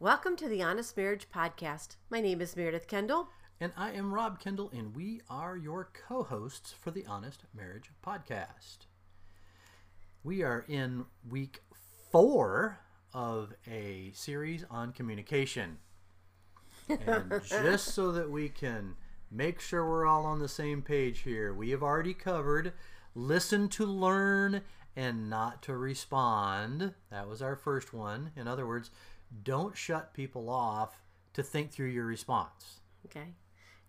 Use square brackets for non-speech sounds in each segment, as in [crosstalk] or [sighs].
Welcome to the Honest Marriage Podcast. My name is Meredith Kendall. And I am Rob Kendall, and we are your co hosts for the Honest Marriage Podcast. We are in week four of a series on communication. And just so that we can make sure we're all on the same page here, we have already covered listen to learn and not to respond. That was our first one. In other words, don't shut people off to think through your response. Okay.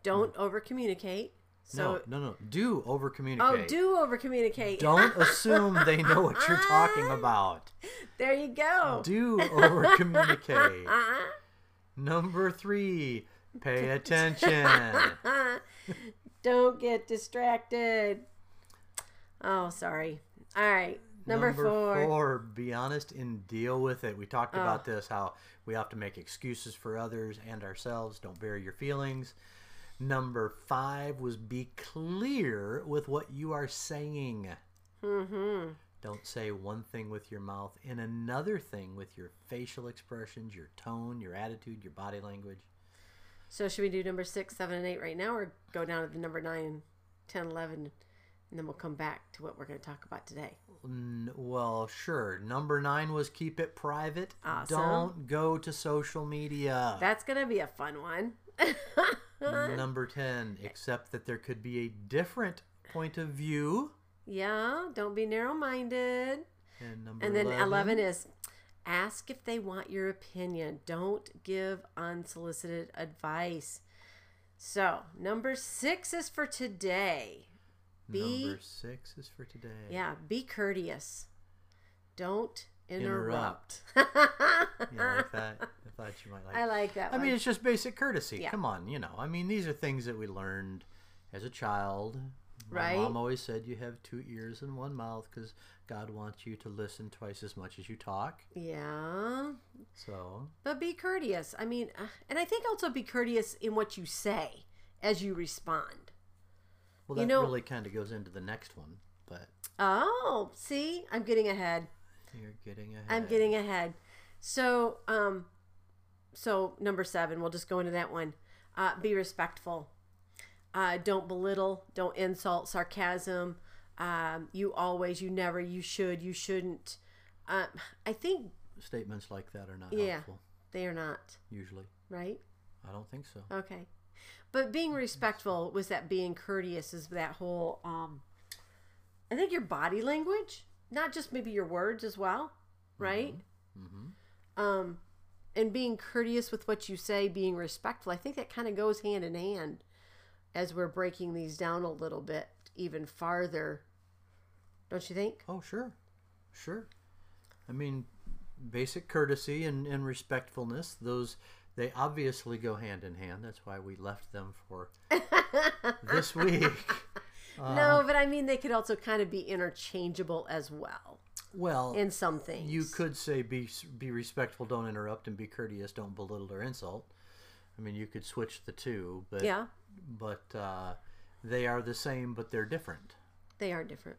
Don't over communicate. So, no, no, no. Do over oh, communicate. do [laughs] over communicate. Don't assume they know what you're talking about. There you go. Do over communicate. Number three, pay attention. Don't get distracted. Oh, sorry. All right. Number, four. be honest and deal with it. We talked about this how we have to make excuses for others and ourselves. Don't bury your feelings. Number five was be clear with what you are saying. Mm-hmm. Don't say one thing with your mouth and another thing with your facial expressions, your tone, your attitude, your body language. So should we do number six, seven, and eight right now, or go down to the number nine, ten, eleven, and then we'll come back to what we're going to talk about today? N- Well, sure. Number nine was keep it private. Awesome. Don't go to social media. That's going to be a fun one. [laughs] Number 10, accept that there could be a different point of view. yeah. Don't be narrow-minded. And number And then 11. is ask if they want your opinion. Don't give unsolicited advice. So, number six is for today. B- Number six is for today. Yeah, be courteous. Don't interrupt. Interrupt. Yeah, I like that. I thought you might [laughs] like I like that I one. mean, it's just basic courtesy. Yeah. Come on, you know. I mean, these are things that we learned as a child. My Right. mom always said you have two ears and one mouth because God wants you to listen twice as much as you talk. yeah, So, but be courteous. I mean, uh, and I think also be courteous in what you say as you respond. well, You that know- really kind of goes into the next one, but Oh, see, I'm getting ahead. you're getting ahead. I'm getting ahead. So, um, so number seven, we'll just go into that one. Uh, be respectful. Uh, don't belittle. Don't insult. Sarcasm. Um, you always. You never. You should. You shouldn't. Uh, I think Statements like that are not Yeah. helpful, they are not usually. right. I don't think so. Okay, but being respectful was that being courteous is that whole. Um, I think your body language, not just maybe your words as well, right? hmm um, and being courteous with what you say, being respectful. I think that kind of goes hand in hand as we're breaking these down a little bit, even farther. Don't you think? Oh, sure. Sure. I mean, basic courtesy and, and respectfulness, those, they obviously go hand in hand. That's why we left them [laughs] for this week. no, but I mean they could also kind of be interchangeable as well Well, in some things. you could say be, be respectful, don't interrupt, and be courteous, don't belittle or insult. I mean, you could switch the two, but, yeah, but uh, they are the same, but they're different. they are different.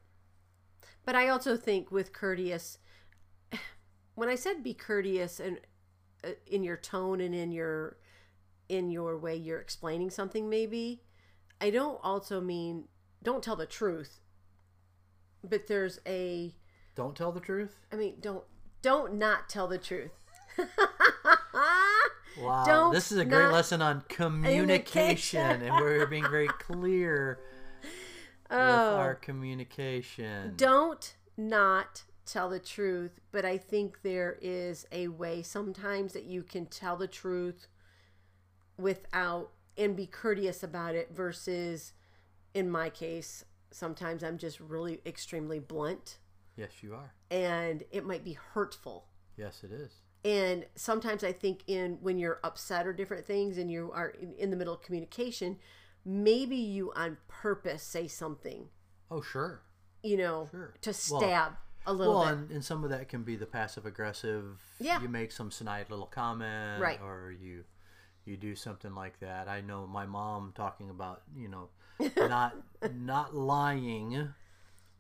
But I also think with courteous, [sighs] when I said be courteous and uh, in your tone and in your in your way you're explaining something, maybe I don't also mean don't tell the truth. But there's a Don't tell the truth. I mean don't don't not tell the truth. [laughs] Wow, Don't this is a great not- lesson on communication, and we're being [laughs] very clear with our communication. Oh. don't not tell the truth, but I think there is a way sometimes that you can tell the truth without and be courteous about it versus in my case, sometimes I'm just really extremely blunt Yes, you are. and it might be hurtful. Yes, it is. And sometimes I think in when you're upset or different things and you are in, in the middle of communication, maybe you on purpose say something, Oh, sure. you know, Sure. to Well- stab a little Well, bit. and, and some of that can be the passive aggressive. Yeah. You make some snide little comment, Right. Or you you do something like that. I [laughs] know my mom talking about you know not not lying,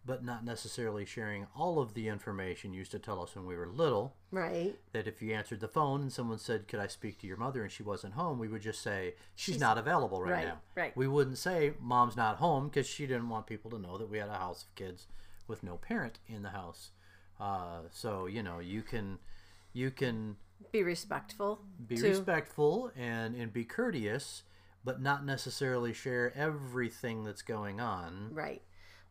but not necessarily sharing all of the information used to tell us when we were little. Right. That if you answered the phone and someone said, Could I speak to your mother? and she wasn't home, we would just say, She's, She's- not available right, right, now. right. We wouldn't say, Mom's not home because she didn't want people to know that we had a house of kids with no parent in the house. Uh, so, you know, you can. You can Be respectful. be to- respectful and and be courteous but not necessarily share everything that's going on Right.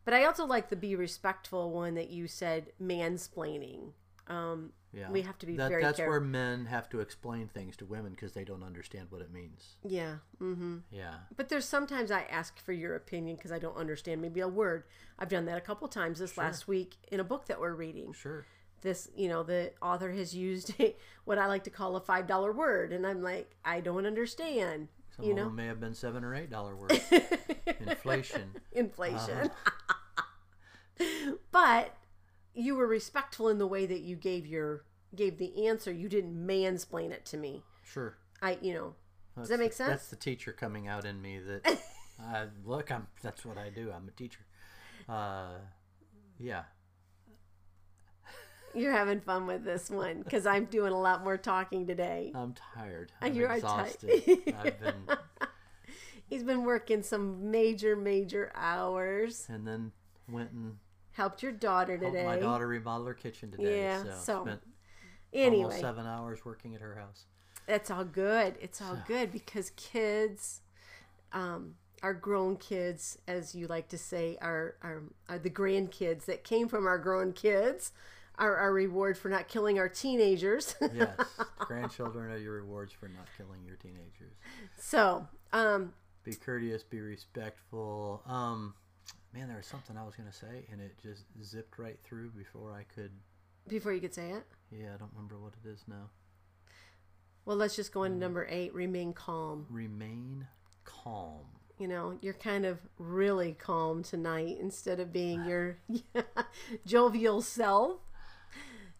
But I also like the be respectful one that you said mansplaining. Um, yeah We have to be that, very that's care- where men have to explain things to women because they don't understand what it means yeah. Mm-hmm. yeah But there's sometimes I ask for your opinion because I don't understand maybe a word. I've done that a couple times this last week in a book that we're reading. sure This, you know, the author has used [laughs] what I like to call a five dollar word, and I'm like, I don't understand. some you of know, them may have been seven or eight dollar worth [laughs] inflation inflation. Uh-huh. [laughs] but you were respectful in the way that you gave your gave the answer. You didn't mansplain it to me. sure I, you know, That's does that make the- sense? that's the teacher coming out in me [laughs] that uh, look i'm that's what i do i'm a teacher uh, yeah You're having fun with this one because I'm doing a lot more talking today. i'm tired Uh, i'm you are tired. exhausted [laughs] i've been He's been working some major, major hours. and then went and Helped your daughter helped today. my daughter remodel her kitchen today. Yeah, so, so spent almost anyway, seven hours working at her house. that's all good. It's all good because kids, um, our grown kids, as you like to say, are, are are the grandkids that came from our grown kids, are our reward for not killing our teenagers. [laughs] Yes, grandchildren are your rewards for not killing your teenagers. so, um, Be courteous, be respectful. Um, man, there was something I was gonna say, and it just zipped right through before I could. before you could say it, Yeah, I don't remember what it is now. well, let's just go into number eight. Remain calm. Remain calm. you know, you're kind of really calm tonight instead of being [sighs] your [laughs] jovial self.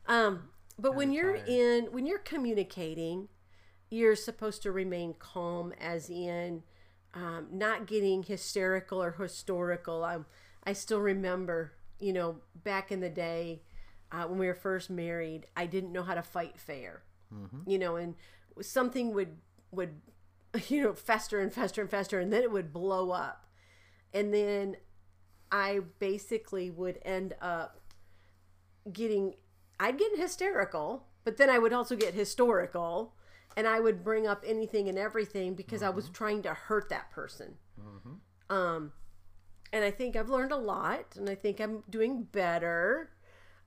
Um, but when Kinda you're tired. in, when you're communicating, you're supposed to remain calm, as in um, not getting hysterical or historical. i I still remember, you know, back in the day uh, when we were first married, I didn't know how to fight fair Mm-hmm. you know and something would would [laughs] you know fester and fester and fester and then it would blow up and then i basically would end up getting i'd get hysterical but then i would also get historical and i would bring up anything and everything because i was trying to hurt that person um and i think i've learned a lot and i think i'm doing better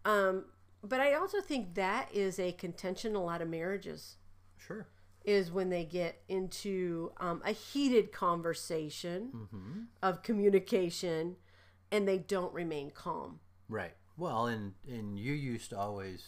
um but i also think that is a contention in a lot of marriages Sure. is when they get into um, a heated conversation Mm-hmm. of communication and they don't remain calm. Right. Well, and and you used to always.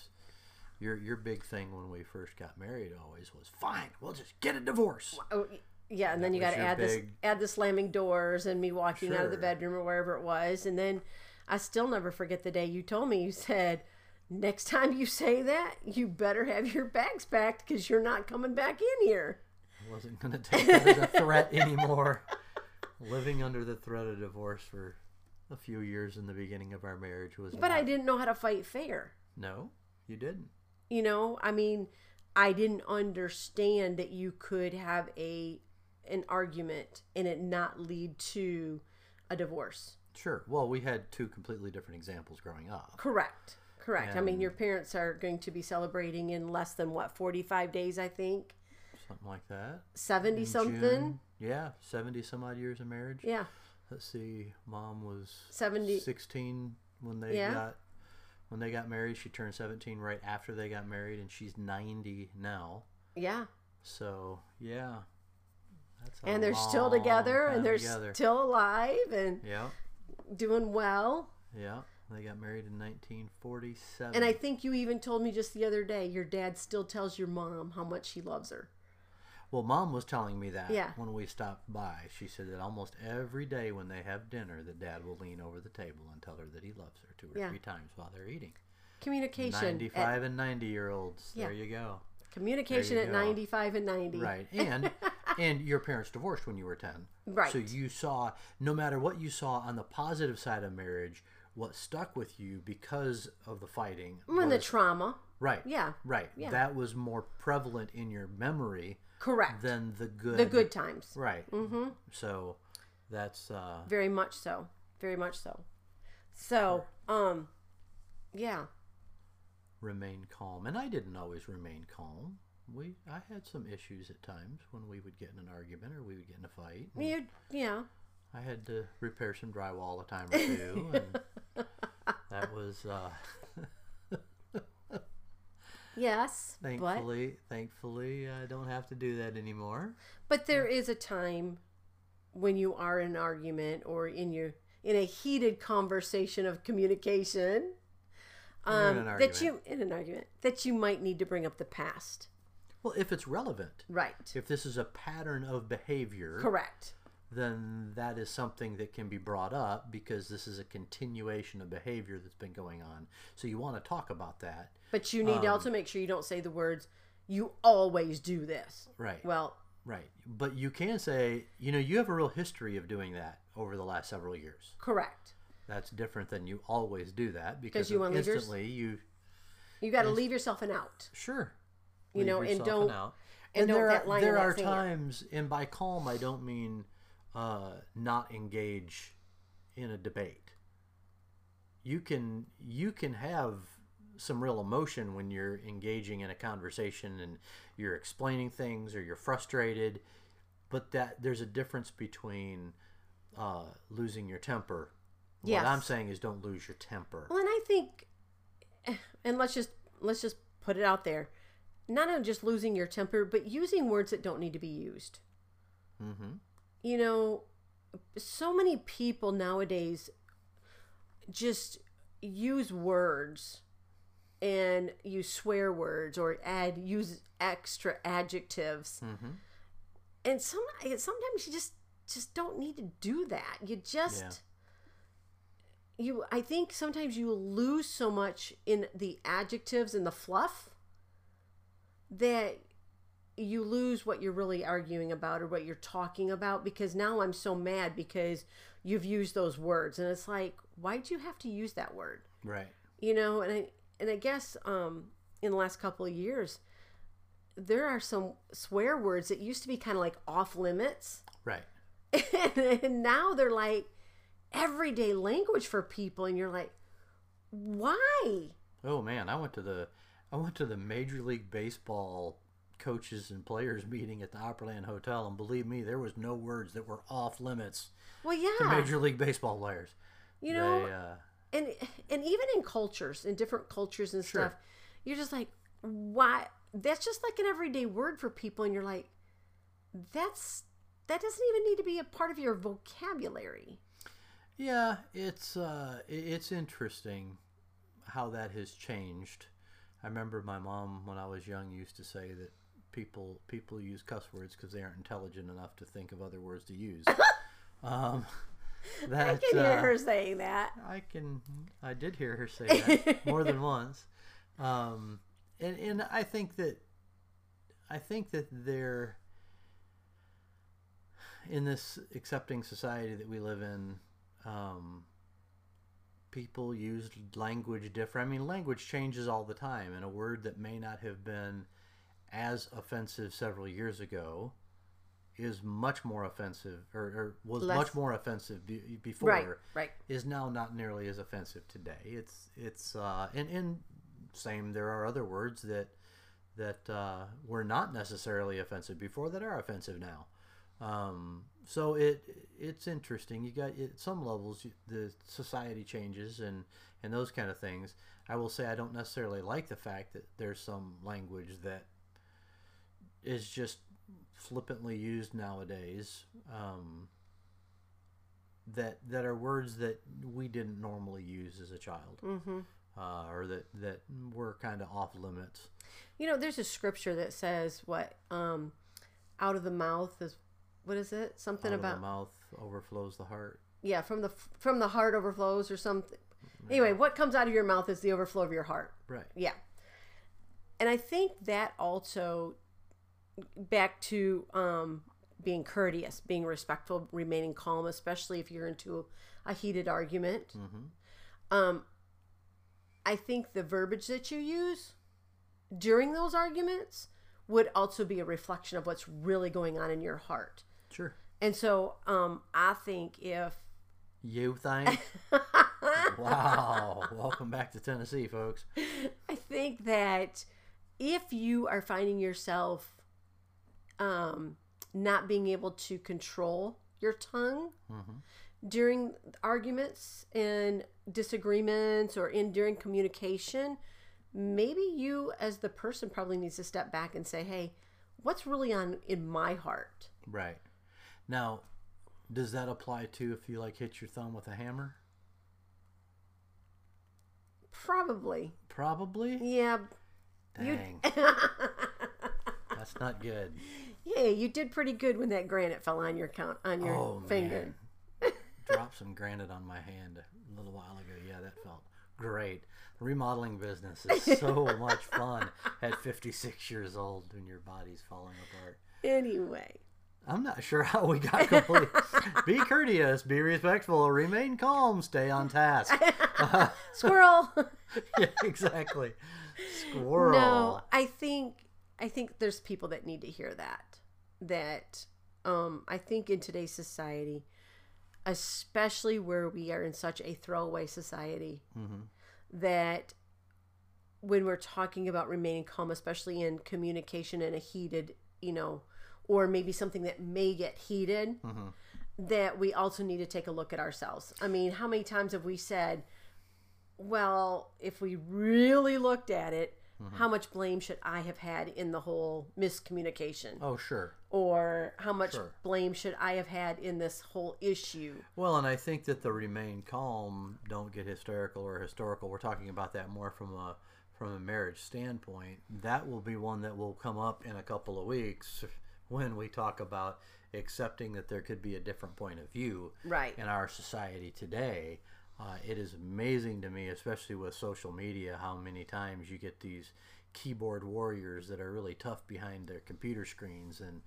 Your, your big thing when we first got married always was fine. We'll just get a divorce. Oh, y- yeah, and then That you was got to your add this, big- add the slamming doors and me walking out of the Sure. bedroom or wherever it was, and then I still never forget the day you told me you said, "Next time you say that, you better have your bags packed because you're not coming back in here." I wasn't going to take that as a threat [laughs] anymore. Living under the threat of divorce for a few years in the beginning of our marriage was. But I not- didn't know how to fight fair. No, you didn't. you know i mean i didn't understand that you could have a an argument and it not lead to a divorce Sure. Well, we had two completely different examples growing up. correct correct i mean And- your parents are going to be celebrating in less than what 45 days i think Something like that. 70 In something June. Yeah, 70 some odd years of marriage. yeah Let's see. Mom was 70 16 when they Yeah. got when they got married. She turned 17 right after they got married and she's 90 now. yeah So, yeah. That's a and they're still long together time and they're together. still alive and Yeah, doing well yeah. They got married in 1947. and i think you even told me just the other day your dad still tells your mom how much he loves her well, mom was telling me that Yeah. when we stopped by. She said that almost every day when they have dinner, that dad will lean over the table and tell her that he loves her two or Yeah. three times while they're eating. communication at- 95 and 90 year olds. Yeah. There you go. Communication There at you go. 95 and 90. Right. And [laughs] and your parents divorced when you were 10. Right. So you saw no matter what you saw on the positive side of marriage what stuck with you because of the fighting. When the was- trauma. right, Yeah. right, yeah. that was more prevalent in your memory Correct. than the good. the good times. right. Mm-hmm. So that's uh, Very much so. Very much so. So, um, yeah. remain calm, and I didn't always remain calm. We I had some issues at times when we would get in an argument or we would get in a fight. and You, yeah. I had to repair some drywall a time or two, and that was uh, Yes. [laughs] But thankfully. Thankfully, I don't have to do that anymore. But there is a time when you are in an argument or in your in a heated conversation of communication You're um, in an that you in an argument that you might need to bring up the past. Well, if it's relevant, Right. if this is a pattern of behavior, Correct. then that is something that can be brought up because this is a continuation of behavior that's been going on. So you want to talk about that, But you need to Um, also make sure you don't say the words you always do this. right? Well, Right. But you can say, you know, you have a real history of doing that over the last several years. correct. That's different than you always do that because you want leaders? instantly you You got to leave yourself an out. sure You know, and yourself don't- out. and And, don't there get are lying in there that are sand. times, and by calm I don't mean uh, not engage in a debate. You can you can have some real emotion when you're engaging in a conversation and you're explaining things or you're frustrated, but that there's a difference between uh, losing your temper. Yes. What I'm saying is don't lose your temper. Well, and I think, [sighs] and let's just let's just put it out there, not only just losing your temper, but using words that don't need to be used. Mhm. You know, so many people nowadays just use words and use swear words or add use extra adjectives Mhm. and some sometimes you just just don't need to do that you just you i think sometimes you lose so much in the adjectives and the fluff that you lose what you're really arguing about or what you're talking about because now i'm so mad because you've used those words and it's like why'd you have to use that word Right. you know and i and i guess um in the last couple of years there are some swear words that used to be kind of like off limits [laughs] Right. and now they're like everyday language for people and you're like why Oh man, I went to the I went to the Major League Baseball coaches and players meeting at the Opryland Hotel, and believe me, there was no words that were off limits well to yeah Major League Baseball players. you know they, uh, and and even in cultures in different cultures and Sure. stuff you're just like why that's just like an everyday word for people and you're like that's that doesn't even need to be a part of your vocabulary yeah, it's uh, i- it's interesting how that has changed. I remember my mom when I was young used to say that people people use cuss words because they aren't intelligent enough to think of other words [laughs] to use. um, I that, can hear uh, her saying that. I can. I did hear her say that [laughs] more than once, um, and and I think that I think that there in this accepting society that we live in, um, people use language different. I mean, language changes all the time, and a word that may not have been as offensive several years ago is much more offensive, or, or was Less- much more offensive be, before Right, right. is now not nearly as offensive today. It's it's uh, and and same there are other words that that uh, were not necessarily offensive before that are offensive now. Um, so it it's interesting. You got at some levels you- the society changes and and those kind of things. I will say I don't necessarily like the fact that there's some language that is just flippantly used nowadays. Um, that that are words that we didn't normally use as a child, Mm-hmm. uh, or that that were kind of off limits. You know, there's a scripture that says what um, out of the mouth is what is it? Something Out of about the mouth overflows the heart. yeah, from the from the heart overflows or something. Anyway, what comes out of your mouth is the overflow of your heart. Right. Yeah. And I think that also back to um, being courteous, being respectful, remaining calm, especially if you're into a heated argument. Mhm. Um, I think the verbiage that you use during those arguments would also be a reflection of what's really going on in your heart. Sure. And so um, I think if [laughs] You think? wow. Welcome back to Tennessee, folks. I think that if you are finding yourself um, not being able to control your tongue during arguments and disagreements or in during communication, maybe you as the person probably needs to step back and say, "Hey, what's really on in my heart?" Right. Now, does that apply to if you like hit your thumb with a hammer? Probably, Probably. yeah, Dang. [laughs] That's not good. yeah. You did pretty good when that granite fell on your count on your Oh, finger. man. Dropped some granite on my hand a little while ago. Yeah, that felt great. The remodeling business is so much fun at 56 years old when your body's falling apart. Anyway, I'm not sure how we got complete. be courteous, be respectful, remain calm, stay on task. [laughs] squirrel. [laughs] yeah, exactly. Squirrel. No, I think I think there's people that need to hear that. That um, I think in today's society, especially where we are in such a throwaway society, Mhm. that when we're talking about remaining calm, especially in communication and a heated, you know, or maybe something that may get heated, Mhm. that we also need to take a look at ourselves. I mean, how many times have we said, well, if we really looked at it, how much blame should I have had in the whole miscommunication? Oh, sure. Or how much Sure. blame should I have had in this whole issue? Well, and I think that the remain calm, don't get hysterical or historical. We're talking about that more from a from a marriage standpoint. That will be one that will come up in a couple of weeks [laughs] when we talk about accepting that there could be a different point of view Right. in our society today. Uh, it is amazing to me, especially with social media, how many times you get these keyboard warriors that are really tough behind their computer screens and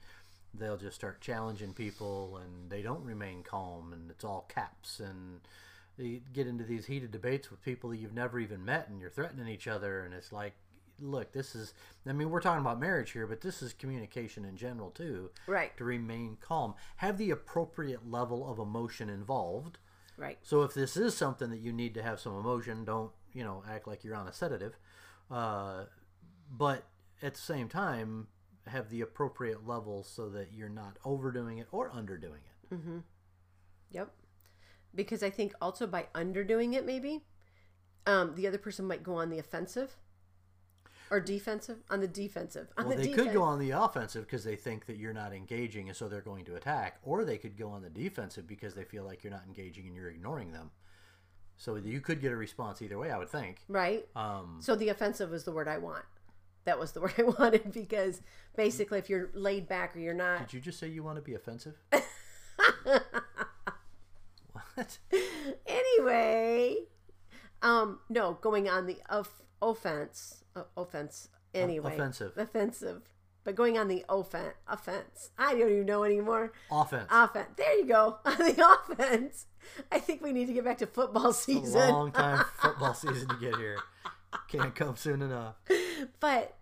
they'll just start challenging people and they don't remain calm and it's all caps and you get into these heated debates with people that you've never even met and you're threatening each other and it's like look this is i mean we're talking about marriage here but this is communication in general too Right. to remain calm. Have the appropriate level of emotion involved. Right. So if this is something that you need to have some emotion, don't you know act like you're on a sedative. Uh, but at the same time, have the appropriate level so that you're not overdoing it or underdoing it. Yep. Because I think also by underdoing it, maybe um, the other person might go on the offensive or defensive. On the defensive. On Well, the they could go on the offensive because they think that you're not engaging, and so they're going to attack, or they could go on the defensive because they feel like you're not engaging and you're ignoring them. So you could get a response either way, I would think. Right. Um, So the offensive was the word I want. That was the [laughs] word I wanted because basically, if you're laid back or you're not, Did you just say you want to be offensive? what? anyway, um, no, going on the of, offense, uh, offense anyway, offensive. offensive, but going on the offense, offense. I don't even know anymore. Offense. Offense. There you go. [laughs] On the offense. I think we need to get back to football [laughs] A season. long time football season to get here. Can't come soon enough. But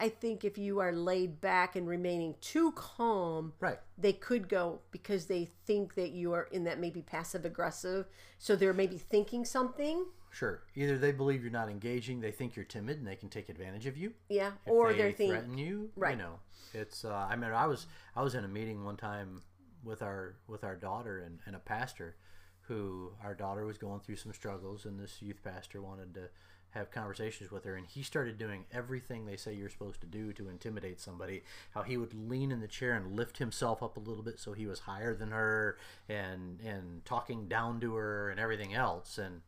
I think if you are laid back and remaining too calm, Right. they could go because they think that you are in that maybe passive aggressive. So they're maybe thinking something. Sure. Either they believe you're not engaging, they think you're timid, and they can take advantage of you. Yeah. If or they they are thinking. threaten you. Right. You know, it's. Uh, I mean, I was I was in a meeting one time with our with our daughter and, and a pastor, who our daughter was going through some struggles, and this youth pastor wanted to have conversations with her, and he started doing everything they say you're supposed to do to intimidate somebody. How he would lean in the chair and lift himself up a little bit so he was higher than her, and and talking down to her and everything else, and.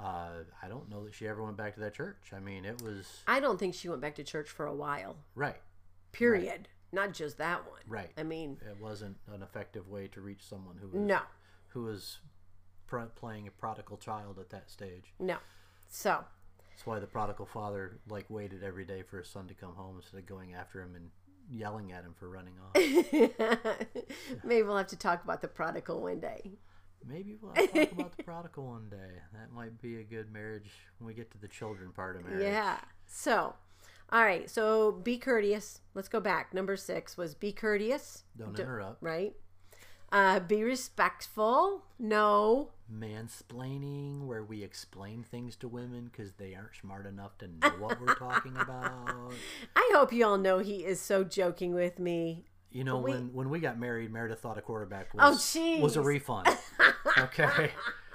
Uh, I don't know that she ever went back to that church. I mean, it was I don't think she went back to church for a while, right. period. Not just that one. Right. I mean, it wasn't an effective way to reach someone who was, no, who was pr- playing a prodigal child at that stage. no. So, [laughs] That's why the prodigal father like waited every day for his son to come home instead of going after him and [laughs] yelling at him for running off. maybe we'll have to talk about the prodigal one day. Maybe we'll have to talk about the prodigal one day. That might be a good marriage when we get to the children part of marriage. Yeah. So, all right. So be courteous. Let's go back. Number six was be courteous, Don't Don't- interrupt. right? Uh, be respectful. No. Mansplaining, where we explain things to women because they aren't smart enough to know what [laughs] we're talking about. I hope you all know he is so joking with me. You know, We- when, when we got married, Meredith thought a quarterback Oh, was, was a jeez. [laughs] refund. Okay.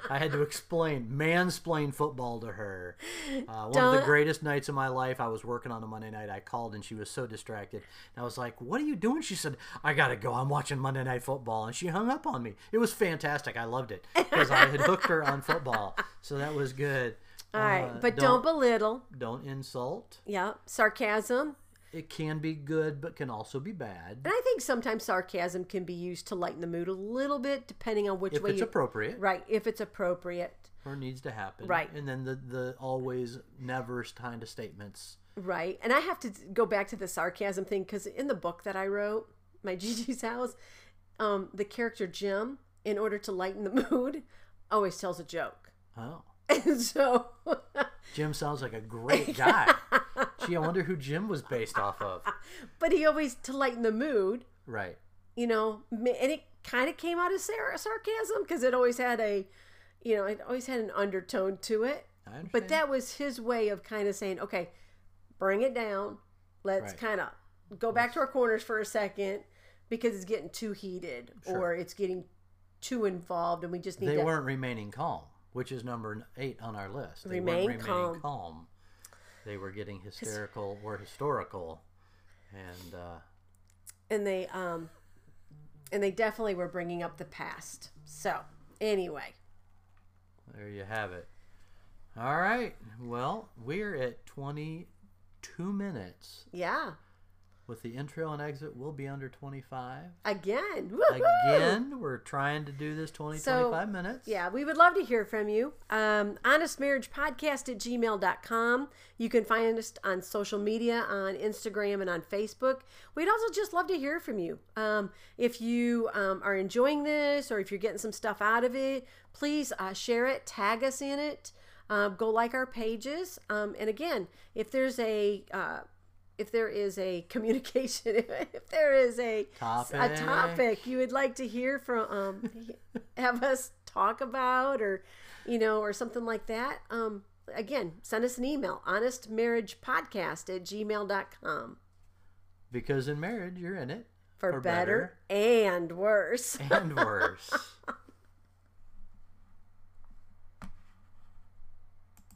I had to explain, mansplain football to her. Uh, one of Don't- the greatest nights of my life. I was working on a Monday night. I called and she was so distracted. And I was like, What are you doing? She said, I got to go. I'm watching Monday Night Football. And she hung up on me. It was fantastic. I loved it because I had hooked her on football. So that was good. [laughs] All right. Uh, but don't, belittle. don't insult. Yeah. Sarcasm. It can be good, but can also be bad And I think sometimes sarcasm can be used to lighten the mood a little bit, depending on which if way it's you. appropriate. right. If it's appropriate. or needs to happen. Right. And then the, the always never kind of statements. Right. And I have to go back to the sarcasm thing because in the book that I wrote, My [laughs] Gigi's House, um, the character Jim, in order to lighten the [laughs] mood, always tells a joke. [laughs] Oh. And so, [laughs] Jim sounds like a great guy. Gee, I wonder who Jim was based off of. but he always, to lighten the mood, Right. you know, ma- and it kind of came out as sar- sarcasm because it always had a, you know, it always had an undertone to it. I understand. But that was his way of kind of saying, okay, bring it down. Let's Right. kind of go back to our corners for a second because it's getting too heated Sure. or it's getting too involved and we just need they to. weren't remaining calm, which is number eight on our list. They Remain weren't remaining calm. calm. They were getting hysterical or historical. And uh, And they, um, and they definitely were bringing up the past. So, anyway, there you have it. All right. Well, we're at 22 minutes. yeah. With the intro and exit, we'll be under 25. Again. Woohoo! again we're trying to do this 20 So, 25 minutes Yeah, we would love to hear from you. Um, honestmarriagepodcast at gmail.com. You can find us on social media, on Instagram and on Facebook. We'd also just love to hear from you. Um, if you um, are enjoying this or if you're getting some stuff out of it, please uh, share it, tag us in it, um, go like our pages. Um, and again, if there's a. Uh, if there is a [laughs] communication, if there is a a Topic. topic you would like to hear from, um, [laughs] have us talk about or you know or something like that um again send us an email honestmarriagepodcast at gmail.com because in marriage you're in it for, For better, and worse and worse